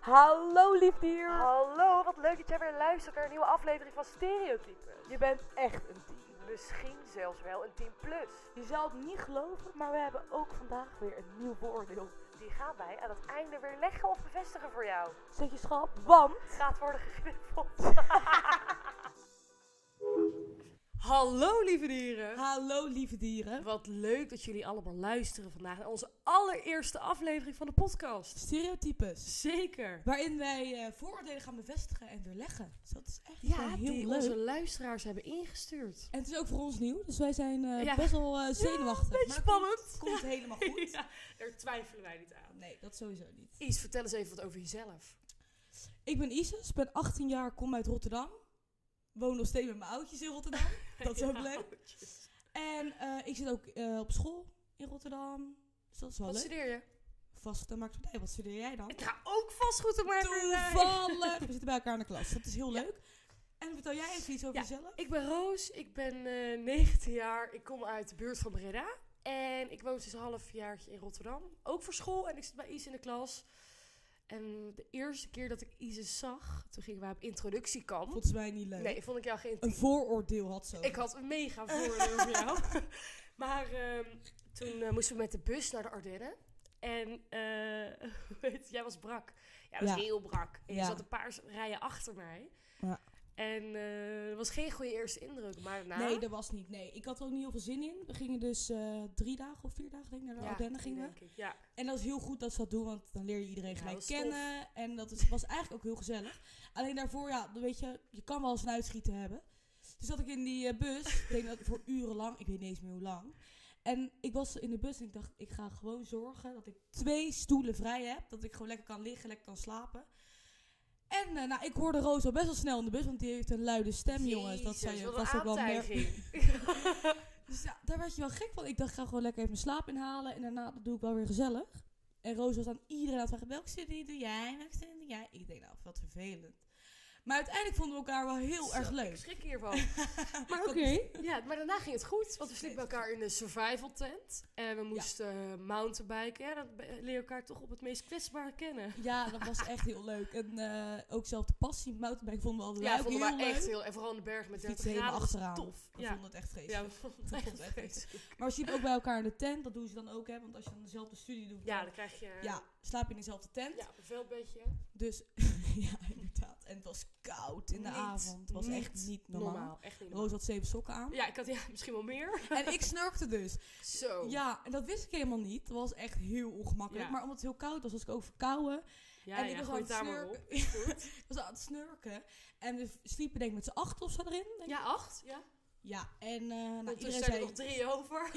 Hallo lief dier. Hallo, wat leuk dat jij weer luistert naar een nieuwe aflevering van Stereotypen. Je bent echt een tien. Misschien zelfs wel een 10 plus. Je zal het niet geloven, maar we hebben ook vandaag weer een nieuw voordeel. Die gaan wij aan het einde weer leggen of bevestigen voor jou. Zet je schrap, want... Gaat worden gegriffeld. Hallo lieve dieren. Hallo lieve dieren. Wat leuk dat jullie allemaal luisteren vandaag naar onze allereerste aflevering van de podcast. Stereotypes. Zeker. Waarin wij eh, vooroordelen gaan bevestigen en weerleggen. Dus dat is echt Ja, die onze luisteraars hebben ingestuurd. En het is ook voor ons nieuw, dus wij zijn eh, Ja. best wel eh, zenuwachtig. beetje Maar spannend. Komt, komt helemaal goed. Ja, daar twijfelen wij niet aan. Nee, dat sowieso niet. Iets, vertel eens even wat over jezelf. Ik ben Isis, ben 18 jaar, kom uit Rotterdam. Woon nog steeds met mijn oudjes in Rotterdam. Dat is ook Ja, leuk. oudjes. En eh, ik zit ook eh, op school in Rotterdam. Dus dat is wel Wat leuk. studeer je? Vast en partij. Wat studeer jij dan? Ik ga ook vastgoed maken. Toevallig! We zitten bij elkaar in de klas. Dat is heel leuk. En vertel jij even iets over Ja. jezelf? Ik ben Roos, ik ben eh, 19 jaar, ik kom uit de buurt van Breda. En ik woon sinds een halfjaartje in Rotterdam. Ook voor school en ik zit bij Is in de klas. En de eerste keer dat ik Isis zag, toen gingen wij op introductiekamp. Volgens mij niet leuk. Hm? Nee, vond ik jou geen... Een vooroordeel had zo. Ik had een mega voordeel voor jou. Maar ehm, toen eh, moesten we met de bus naar de Ardennen. En eh, hoe heet het? jij was brak. Ja, dat was Ja. heel brak. En je Ja. zat een paar rijen achter mij. Ja. En eh, dat was geen goede eerste indruk. Maar na... Nee, dat was niet. Nee, ik had er ook niet heel veel zin in. We gingen dus eh, drie dagen of vier dagen denk ik, naar de Ardennen gingen. we. denk ik, Ja. En dat is heel goed dat ze dat doen, want dan leer je iedereen Ja, gelijk dat is tof. kennen. En dat is, was eigenlijk ook heel gezellig. Alleen daarvoor, ja, dan weet je, je kan wel eens een uitschieter hebben. Dus zat ik in die eh, bus, ik denk dat voor urenlang, ik weet niet eens meer hoe lang. En ik was in de bus en ik dacht, ik ga gewoon zorgen dat ik twee stoelen vrij heb. Dat ik gewoon lekker kan liggen, lekker kan slapen. En eh, nou, ik hoorde Roos al best wel snel in de bus, want die heeft een luide stem, jongens. Dat Jezus, zou je wat een vast ook wel merken. aantijging. Dus ja, daar werd je wel gek van. Ik dacht, ik ga gewoon lekker even mijn slaap inhalen. En daarna dat doe ik wel weer gezellig. En Roos was aan iedereen aan het vragen, welke studie doe jij? Welke studie doe jij? Ik denk, nou, wat vervelend. Maar uiteindelijk vonden we elkaar wel heel Zo, erg Ik leuk. schrik hiervan. Maar oké. Ja, maar daarna ging het goed. Want we sliepen bij elkaar in de survival tent. En we moesten eh, mountainbiken. Ja, dat be- leer je elkaar toch op het meest kwetsbare kennen. Ja, dat was echt heel leuk. En eh, ook zelf de passie, mountainbike vonden we altijd Ja, leuk. vonden heel we echt leuk. heel... En vooral in de berg met We 30 fietsen helemaal graden. was achteraan. tof. We Ja. vonden het echt Ja, we vreselijk. vonden Dat vond het ik echt echt vreselijk. Maar we sliepen ook bij elkaar in de tent. Dat doen ze dan ook, hè. Want als je dan dezelfde studie doet, Ja, dan dan krijg je... eh, ja, slaap je in dezelfde tent. Ja, een veldbedje. Dus, ja, inderdaad. En het was koud in de Niet- avond. Het was niet echt niet normaal. Normaal. Echt niet normaal. Roos had zeven sokken aan. Ja, ik had ja, misschien wel meer. En ik snurkte dus. Zo. Ja, en dat wist ik helemaal niet. Dat was echt heel ongemakkelijk. Oh. Ja. Maar omdat het heel koud was, was ik ook verkouden. ja, en ja, ik was aan gooi het daar het maar op. snurken. Is goed. Ik was aan het snurken. En we sliepen denk ik met z'n acht of zo erin. denk ik. Ja, acht. Ja. Ja, en eh, nou, Nou, toen iedereen zijn er zei... nog drie over.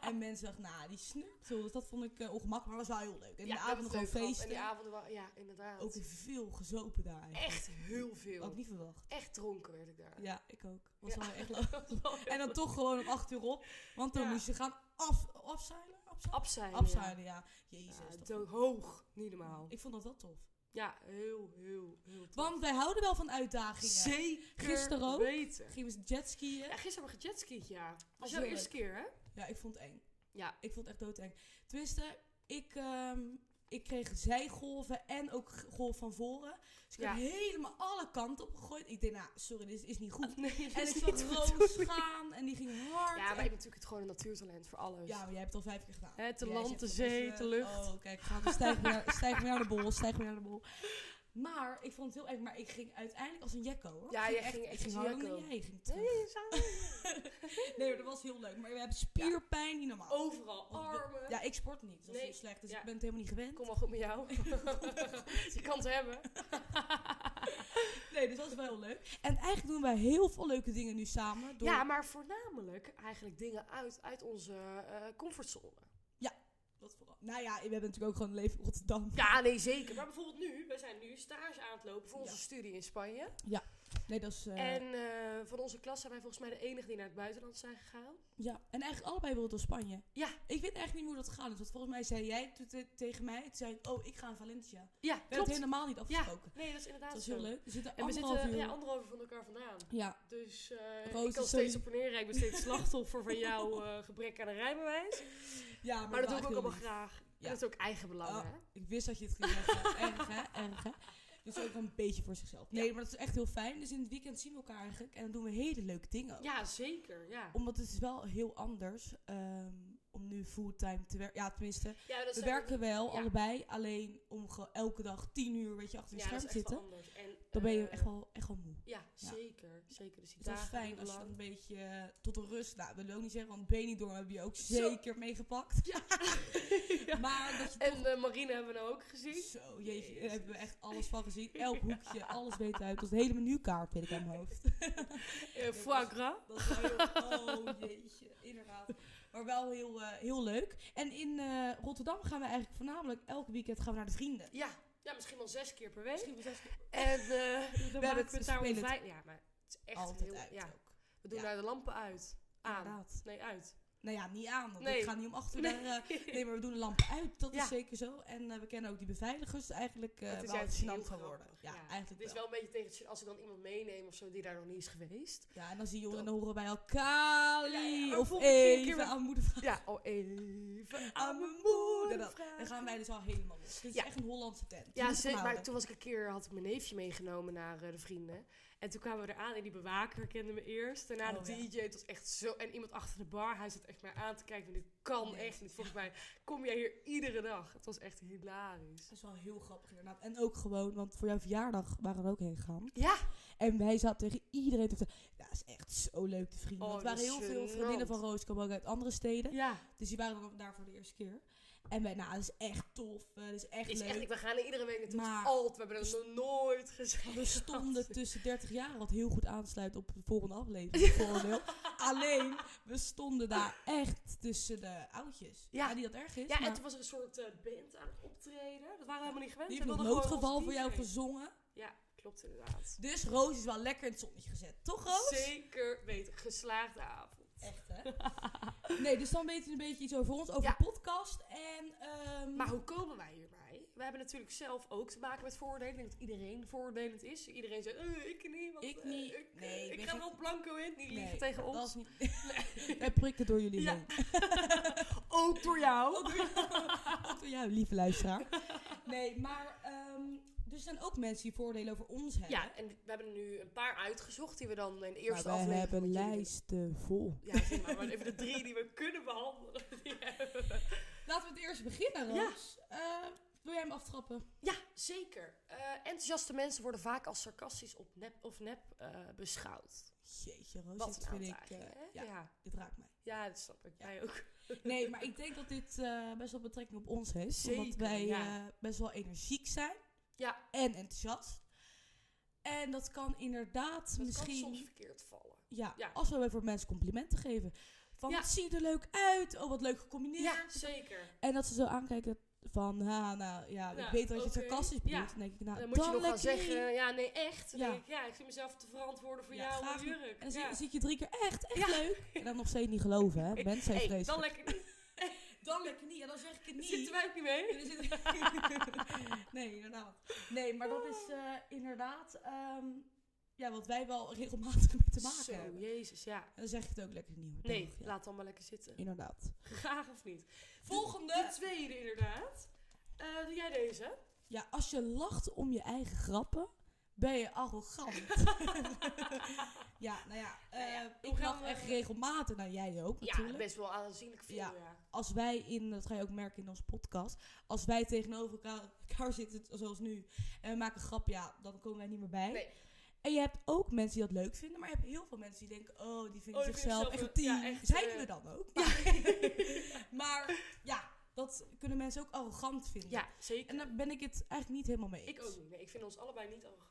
En mensen dachten, nou, die snurkt heel. Dus dat vond ik eh, ongemakkelijk, maar dat was wel heel leuk. En Ja, de we hebben avond nog gewoon het leuk gehad. En feesten. die avonden waren, ja, inderdaad. Ook veel gezopen daar eigenlijk. Echt heel veel. Ook niet verwacht. Echt dronken werd ik daar. Ja, ik ook. Was Ja. wel echt leuk. En dan toch gewoon om acht uur op. Want dan Ja. moest je gaan af, afzeilen. Afzeilen, Abseilen. afzeilen ja. Ja. Jezus. Ja, dat do- vond- hoog. Niet normaal. ik vond dat wel tof. Ja, heel, heel, heel tof. Want wij houden wel van uitdagingen. Zeker Gisteren ook. weten. Gingen we jetskiën. Ja, gisteren hebben we gejetskied, ja. Dat was Was jouw heel eerste keer, hè? Ja, ik vond het eng. Ja. Ik vond het echt doodeng. Tenminste, ik, ehm, ik kreeg zijgolven en ook g- golf van voren. Dus ik Ja. heb helemaal alle kanten opgegooid. Ik dacht, nou, sorry, dit is niet goed. Nee, en ik dat is zag niet roos goed. gaan en die ging hard. Ja, maar ik en- heb natuurlijk het gewoon een natuurtalent voor alles. ja, maar jij hebt het al vijf keer gedaan. Hè, te Jij land, zegt te dat zee, als, eh, te lucht. Oh, kijk, ga, dan stijg weer naar, stijg weer naar de bol, stijg weer naar de bol. Maar ik vond het heel eng. Maar ik ging uiteindelijk als een jekko, hoor. Ja, Ik jij ging echt ik ging als harder dan jekko. jij. Ik ging Nee, terug. samen. Nee, maar dat was heel leuk. Maar we hebben spierpijn niet normaal. Overal Want we- armen. Ja, ik sport niet. Dus dat is Nee, heel slecht. Dus ja. ik ben het helemaal niet gewend. Kom maar goed met jou. Je kan het hebben. Nee, dus dat is wel heel leuk. En eigenlijk doen wij heel veel leuke dingen nu samen. Door... Ja, maar voornamelijk eigenlijk dingen uit, uit onze eh, comfortzone. Wat vooral- Nou ja, we hebben natuurlijk ook gewoon een leven in Rotterdam. Ja, nee, zeker. Maar bijvoorbeeld nu, we zijn nu stage aan het lopen voor onze Ja. studie in Spanje. Nee, dat is... eh, En eh, van onze klas zijn wij volgens mij de enige die naar het buitenland zijn gegaan. Ja, en eigenlijk allebei wilden door Spanje. Ja. Ik weet echt niet hoe dat gaat. Want volgens mij zei jij toen te- tegen mij, toen zei ik, oh, ik ga naar Valencia. We Ja, hebben het klopt. helemaal niet afgesproken. Nee, dat is inderdaad Dat was zo. heel leuk. We zitten En we anderhalf zitten uur. ja, anderhalf uur van elkaar vandaan. ja, Dus eh, Roos ik kan is steeds zo- op en neer. Ik ben steeds slachtoffer van jouw eh, gebrek aan een rijbewijs. ja, Maar dat doe ik waren ook allemaal heel lief. graag. Ja. Dat is ook eigen belang, Oh. hè? Ik wist dat je het ging zeggen. erg, hè? Erg, hè? Dus ook een beetje voor zichzelf. Nee, maar dat is echt heel fijn. Dus in het weekend zien we elkaar eigenlijk. En dan doen we hele leuke dingen ook. Ja, zeker. Ja, Omdat het is wel heel anders ehm, om nu fulltime te werken. Ja, tenminste, ja dat we zijn werken wel ja. allebei. Alleen om ge- elke dag tien uur weet je, achter ja, je dat is scherm echt te zitten. wel anders. En, Dan ben je eh, echt wel, echt wel moe. Ja, Ja. zeker. Zeker. Dus die Het was dagen fijn duren als je dan lang. een beetje eh, tot een rust... Nou, dat wil ik ook niet zeggen, want Benidorm heb je ook Zo. zeker meegepakt. Ja. Maar dat je En toch... eh, Marine hebben we nou ook gezien. Zo, jeetje, daar hebben we Jezus. echt alles van gezien. Elk hoekje, alles weet uit. Tot de hele menukaart weet ik aan mijn hoofd. Eh foie gras. Dat is wel heel... Oh, jeetje, inderdaad. Maar wel heel, eh, heel leuk. En in eh, Rotterdam gaan we eigenlijk voornamelijk elk weekend gaan we naar de vrienden. Ja. ja, misschien wel zes keer per week. Misschien wel zes keer En eh dan hebben maken het- we we het daar om spelen het vijf. Ja, maar het is echt altijd heel... uit ja, ook. we doen Ja. daar de lampen uit. Aan. Inderdaad. Nee, uit. Nou ja, niet aan. Want Nee. ik ga niet om acht uur Nee. naar... eh, Nee, maar we doen de lampen uit, dat Ja. is zeker zo. En eh, we kennen ook die beveiligers eigenlijk eh het is wel juist heel gênant geworden. grappig, Ja, Het eigenlijk is wel. wel een beetje tegen het gênant als ik dan iemand meeneem of zo die daar nog niet is geweest. Ja, en dan zie je Dat- en dan horen wij elkaar. Ja, ja, maar of volgende keer even weer- aan moeder vragen. Ja, oh even Aan mijn moeder. Dat, vragen. dan gaan wij dus al helemaal los. Dit is Ja. echt een Hollandse tent. Ja, Niet zeker. Maar normaal. toen was ik een keer, had ik mijn neefje meegenomen naar eh, de vrienden. En toen kwamen we eraan en die bewaker kende me eerst. Daarna Oh, de ja. DJ, het was echt zo... En iemand achter de bar, hij zat echt maar aan te kijken. Dit kan Nee. echt niet. Volgens mij kom jij hier iedere dag. Het was echt hilarisch. Dat is wel heel grappig inderdaad. En ook gewoon, want voor jouw verjaardag waren we ook heen gegaan. Ja, En wij zaten tegen iedereen te vertellen. Ja, dat is echt zo leuk, de vrienden. Oh, want er waren dat is heel veel gênant. vriendinnen van Roos, komen ook uit andere steden. ja. Dus die waren dan daar voor de eerste keer. En wij, nou, dat is echt tof. eh, Dat is echt Is leuk. echt, we gaan er iedere week naartoe. Maar- Alt, we hebben dat nog nooit Maar gezegd. We stonden tussen 30 jaar, wat heel goed aansluit op de volgende aflevering. het voordeel. Alleen, we stonden daar echt tussen de oudjes. Ja. Ja, die dat erg is. Ja, en maar toen was er een soort eh, band aan het optreden. Dat waren we helemaal niet gewend. die We heeft nog hadden gewoon noodgeval onze voor jou DJ. gezongen. Ja, klopt inderdaad. Dus Roos is wel lekker in het zonnetje gezet. Toch, Roos? Zeker weten. Geslaagde avond. Echt, hè? Nee, dus dan weet je een beetje iets over ons, over Ja. de podcast. En, ehm, Maar hoe komen wij hierbij? We hebben natuurlijk zelf ook te maken met voordelen. Ik denk dat iedereen voordelend is. Iedereen zegt, eh, ik niet. Want, Ik eh, niet. ik, eh, Nee, ik ik ben ga geen- wel blanco in. Niet Nee, liegen tegen dat ons. is niet... Wij prikken door jullie Ja. heen. Ook door jou. Ook door jou, lieve luisteraar. Nee, maar ehm, er zijn ook mensen die voordelen over ons hebben. Ja, en we hebben er nu een paar uitgezocht die we dan in de Maar eerste wij aflevering... hebben met jullie doen. lijsten vol. Ja, zeg maar, maar even de drie die we kunnen behandelen. die hebben we. Laten we het eerst beginnen, Roos. Eh, wil jij hem aftrappen? Ja, zeker. Eh, enthousiaste mensen worden vaak als sarcastisch op nep, of nep eh, beschouwd. Jeetje, Roos, Wat dit een Oh, vind aantal ik... eigenlijk, eh, hè? ja, ja. dit raakt mij. Ja, dat snap ik. Ja. Dus Jij ook. Nee, maar ik denk dat dit eh, best wel betrekking op ons heeft. omdat Zeker, wij ja. eh, best wel energiek zijn. Ja. En enthousiast. En dat kan inderdaad Dat misschien... kan soms verkeerd vallen. ja, ja. als we bijvoorbeeld mensen complimenten geven. Van, Ja. wat zie je er leuk uit. Oh, wat leuk gecombineerd. Ja, zeker. En dat ze zo aankijken van, ha, nou, ja, Ja, ik weet dat je het oké. sarcastisch Ja. bedoelt. Dan denk ik, nou, dan moet je nog gaan lekker zeggen, niet. ja, nee, echt. Dan Ja. denk ik, ja, ik zit mezelf te verantwoorden voor Ja, jou graag en jurk. En dan zie, ja. zie ik je drie keer echt, echt Ja. leuk. En dan nog steeds niet geloven, hè. Mensen zijn Hey, vreselijk. dan lekker niet. Dan lekker niet. En dan zeg ik het Zitten wij ook niet mee? En dan zit- nee, inderdaad. Nee, maar dat is eh, inderdaad ehm, ja, wat wij wel regelmatig mee te maken Zo, hebben. jezus, ja. En dan zeg je het ook lekker niet. hoor. Nee, Dag, ja. laat dan maar lekker zitten. Inderdaad. Graag of niet. Volgende. De tweede, inderdaad. Eh, doe jij deze? Ja, als je lacht om je eigen grappen, ben je arrogant. nou ja, nou ja, eh, Nou ja, hoe ik gaan lach we- echt regelmatig. Nou, jij ook natuurlijk. Ja, best wel aanzienlijk veel, ja. Ja. als wij in, dat ga je ook merken in onze podcast, als wij tegenover elkaar, elkaar zitten, zoals nu, en we maken een grap, ja, dan komen wij niet meer bij. Nee. En je hebt ook mensen die dat leuk vinden, maar je hebt heel veel mensen die denken, oh, die vinden Oh, die zichzelf echt vinden een team. zichzelf, ja, echt, Zijn eh, we dan ook? Maar ja. dat kunnen mensen ook arrogant vinden. Ja, zeker. En daar ben ik het eigenlijk niet helemaal mee eens. ik ook niet. Nee, ik vind ons allebei niet arrogant.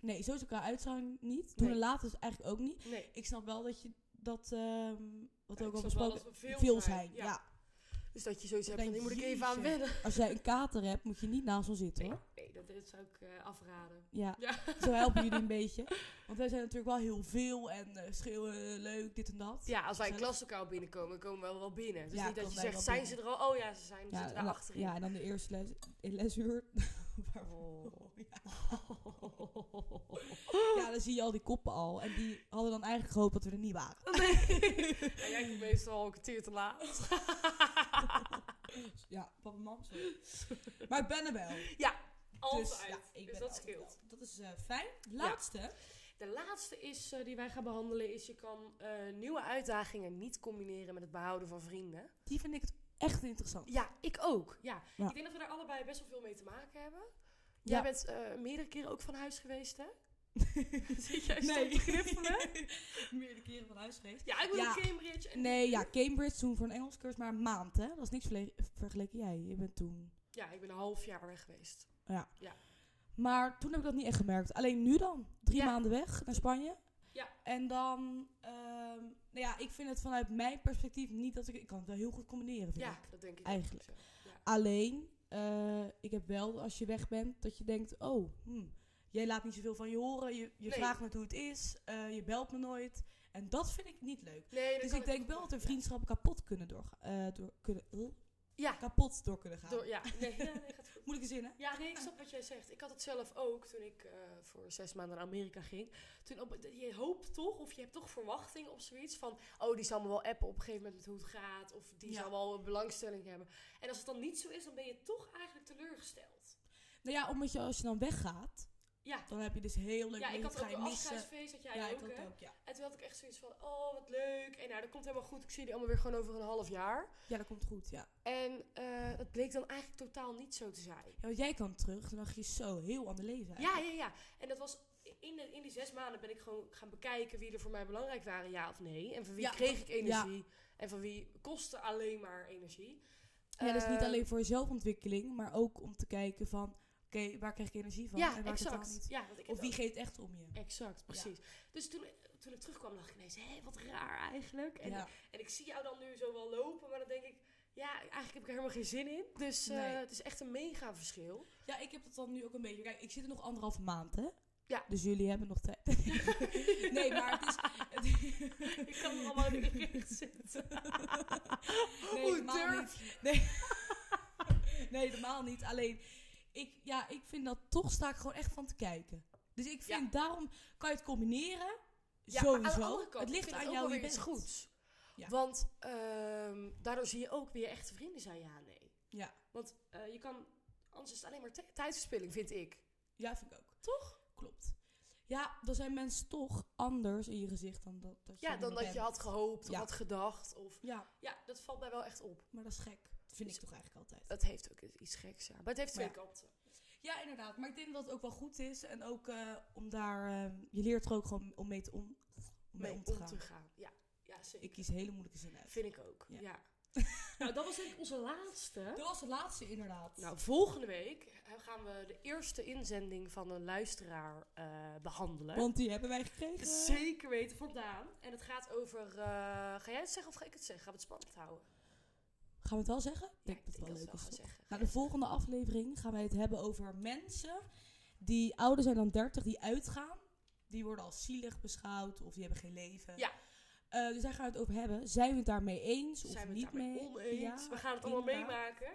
Nee, zo is elkaar uitzang niet. Doen Nee. en later is eigenlijk ook niet. Nee. Ik snap wel dat je dat, ehm, wat Ja, ook ik al snap wel besproken, dat we veel zijn, ja. ja. Dus dat je zoiets Ik hebt van, denk, hier moet ik even jeetje. aan wennen. Als jij een kater hebt, moet je niet naast ons zitten Nee, hoor. nee, dat, dat zou ik eh, afraden. Ja, Ja. zo helpen jullie een beetje. Want wij zijn natuurlijk wel heel veel en eh, schreeuwen eh, leuk, dit en dat. Ja, als wij in Gezellig. klaslokaal binnenkomen, dan komen we wel binnen. Het is Ja, niet dat je komen wij zegt, wel zijn ze er al? Oh ja, ze zijn, ze en zitten daar dan- achterin. ja, en dan de eerste les, in lesuur. waarvoor- Oh. ja. ja, dan zie je al die koppen al. En die hadden dan eigenlijk gehoopt dat we Oh. er niet waren. Dus, Ja, jij komt meestal al een kwartier te laat. Ja, papa en mam, sorry. Maar ik ben er wel. Altijd. Dus, ja, ik dus ben dat er altijd scheelt. wel. Dat is eh, fijn. Laatste. De laatste is, eh, die wij gaan behandelen is... je kan eh, nieuwe uitdagingen niet combineren met het behouden van vrienden. Die vind ik het echt interessant. Ja, ik ook. Ja. Ja. Ik denk dat we daar allebei best wel veel mee te maken hebben. Ja. Jij bent eh, meerdere keren ook van huis geweest, hè? Zit jij stom te knippelen? Meerdere keren van huis geweest. Ja, ik ben Ja. in Cambridge. En Nee, ja, Cambridge toen voor een Engels cursus maar een maand, hè? Dat is niks verle- vergeleken jij. Je bent toen... Ja, ik ben een half jaar weg geweest. Maar toen heb ik dat niet echt gemerkt. Alleen nu dan. Drie Ja. maanden weg naar Spanje. Ja. En dan... ehm, nou ja, ik vind het vanuit mijn perspectief niet dat ik... Ik kan het wel heel goed combineren, vind Ja, ik. dat denk ik Eigenlijk. ook zo. Ja. Alleen, eh, ik heb wel, als je weg bent, dat je denkt... Oh, hm, jij laat niet zoveel van je horen. Je, je Nee. vraagt me hoe het is. eh, je belt me nooit. En dat vind ik niet leuk. Nee, dat Dus kan ik denk wel dat er vriendschappen kapot kunnen door, eh, door kunnen, eh, Ja. kapot door kunnen gaan. Door, ja, nee, ja, nee, gaat goed. Moeilijke zinnen. Ja, nee, ik snap wat jij zegt. Ik had het zelf ook toen ik eh, voor zes maanden naar Amerika ging. Toen op, je hoopt toch, of je hebt toch verwachting op zoiets van... oh, die zal me wel appen op een gegeven moment met hoe het gaat. Of die Ja. zal wel een belangstelling hebben. En als het dan niet zo is, dan ben je toch eigenlijk teleurgesteld. Nou ja, omdat je als je dan weggaat, Ja, dan heb je dus heel leuk ja ik dingen, had ga ook je een missen. afscheidsfeest, had jij ja, ik ook, had hè? het ook, ja. En toen had ik echt zoiets van, oh, wat leuk. En nou, dat komt helemaal goed. Ik zie jullie allemaal weer gewoon over een half jaar. Ja, dat komt goed, ja. En eh het bleek dan eigenlijk totaal niet zo te zijn. ja want jij kan terug, dan dacht je zo heel ander leven Ja, eigenlijk. ja, ja. En dat was in, de, in die zes maanden ben ik gewoon gaan bekijken wie er voor mij belangrijk waren, ja of nee. En van wie Ja, kreeg ik ja. energie en van wie kostte alleen maar energie. Ja, dus niet Eh, alleen voor jezelfontwikkeling, maar ook om te kijken van, oké, waar krijg ik energie van? Ja, en waar totaal exact. niet. Ja, want ik heb Of wie ook- geeft echt om je? Exact, precies. Dus toen, toen ik terugkwam dacht ik ineens, hé, wat raar eigenlijk. En, Ja. en ik zie jou dan nu zo wel lopen, maar dan denk ik, ja, eigenlijk heb ik er helemaal geen zin in. Dus eh, Nee. het is echt een mega verschil. ja, ik heb dat dan nu ook een beetje. Kijk, ik zit er nog anderhalve maand, hè? Ja. Dus jullie hebben nog tijd. nee, maar het is... het- ik kan er allemaal in recht zitten. Nee, Hoe helemaal durf niet. Nee. nee, helemaal niet. Alleen, ik, ja, ik vind dat toch sta ik gewoon echt van te kijken. Dus ik vind, daarom kan je het combineren. Ja, maar aan de sowieso. andere kant, het ligt vind aan ook jou wel je weer iets bent. goeds. Ja. Want ehm, daardoor zie je ook wie je echte vrienden zijn, ja nee. Ja. Want eh, je kan, anders is het alleen maar ti- tijdverspilling, vind ik. Ja, vind ik ook. Toch? Klopt. Ja, dan zijn mensen toch anders in je gezicht dan dat, dat je Ja, dan nu dat bent. je had gehoopt of Ja. had gedacht. Of, Ja, ja, dat valt mij wel echt op. maar dat is gek. Dat vind Dus- ik toch eigenlijk altijd. Dat heeft ook iets geks, ja. Maar het heeft Maar twee kanten. Ja, inderdaad. Maar ik denk dat het ook wel goed is. En ook eh, om daar... eh, je leert er ook gewoon om mee, te om, om mee om te gaan. Ja, ja zeker. Ik kies hele moeilijke zinnen uit. Vind ik ook, ja. Ja. nou, dat was denk ik onze laatste. Dat was de laatste inderdaad. Nou, volgende week eh, gaan we de eerste inzending van een luisteraar eh, behandelen. Want die hebben wij gekregen. Zeker weten vandaan. En het gaat over. eh, ga jij het zeggen of ga ik het zeggen? Gaan we het spannend houden? Gaan we het wel zeggen? Ik Ja, denk dat het wel leuk is. gaan toch? zeggen. Nou, de volgende aflevering gaan wij het hebben over mensen die ouder zijn dan 30, die uitgaan. Die worden als zielig beschouwd of die hebben geen leven. Ja. Eh, dus daar gaan we het over hebben. Zijn we het daarmee eens of Zijn we het niet daarmee mee? oneens? Ja, we gaan het allemaal inderdaad. meemaken.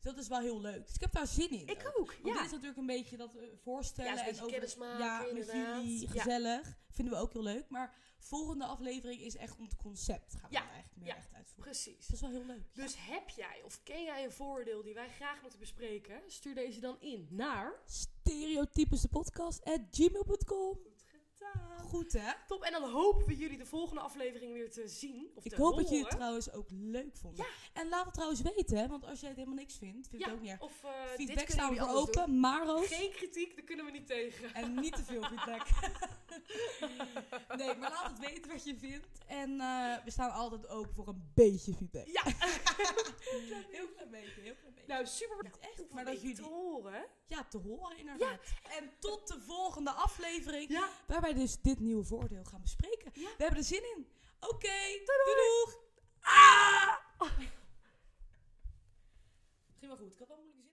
Dus dat is wel heel leuk. Dus ik heb daar zin in. ook. Ik ook. Want dit Ja. is natuurlijk een beetje dat we voorstellen Ja, is een en beetje over kennis maken, ja, met inderdaad. jullie Ja. gezellig. Vinden we ook heel leuk. Maar volgende aflevering is echt ons concept. Gaan we Ja, dan eigenlijk meer ja, echt uitvoeren. Dus Precies. dat is wel heel leuk. Dus heb jij of ken jij een voordeel die wij graag moeten bespreken? Stuur deze dan in naar. Stereotypes de podcast at gmail.com. Goed gedaan. Goed hè? Top. En dan hopen we jullie de volgende aflevering weer te zien. Of Ik te hoop dat horen. jullie het trouwens ook leuk vonden. Ja. En laat het trouwens weten, hè, want als jij het helemaal niks vindt, vind ik het ook niet erg. Of eh, dit Feedback kunnen staan we jullie voor anders open, maar doen. ook. Geen kritiek, daar kunnen we niet tegen. En niet te veel feedback. nee, maar laat het weten wat je vindt. En eh, we staan altijd open voor een beetje feedback. Ja. Heel klein beetje, heel klein beetje. Nou, super. Niet echt, Hoeveel maar dat weten te jullie- horen. Ja, te horen inderdaad. En tot de volgende aflevering. Ja. Waar wij dus dit nieuwe voordeel gaan bespreken. Ja. We hebben er zin in. Oké, doei Ah! doeg. Misschien wel goed. Ik had wel moeilijke zin.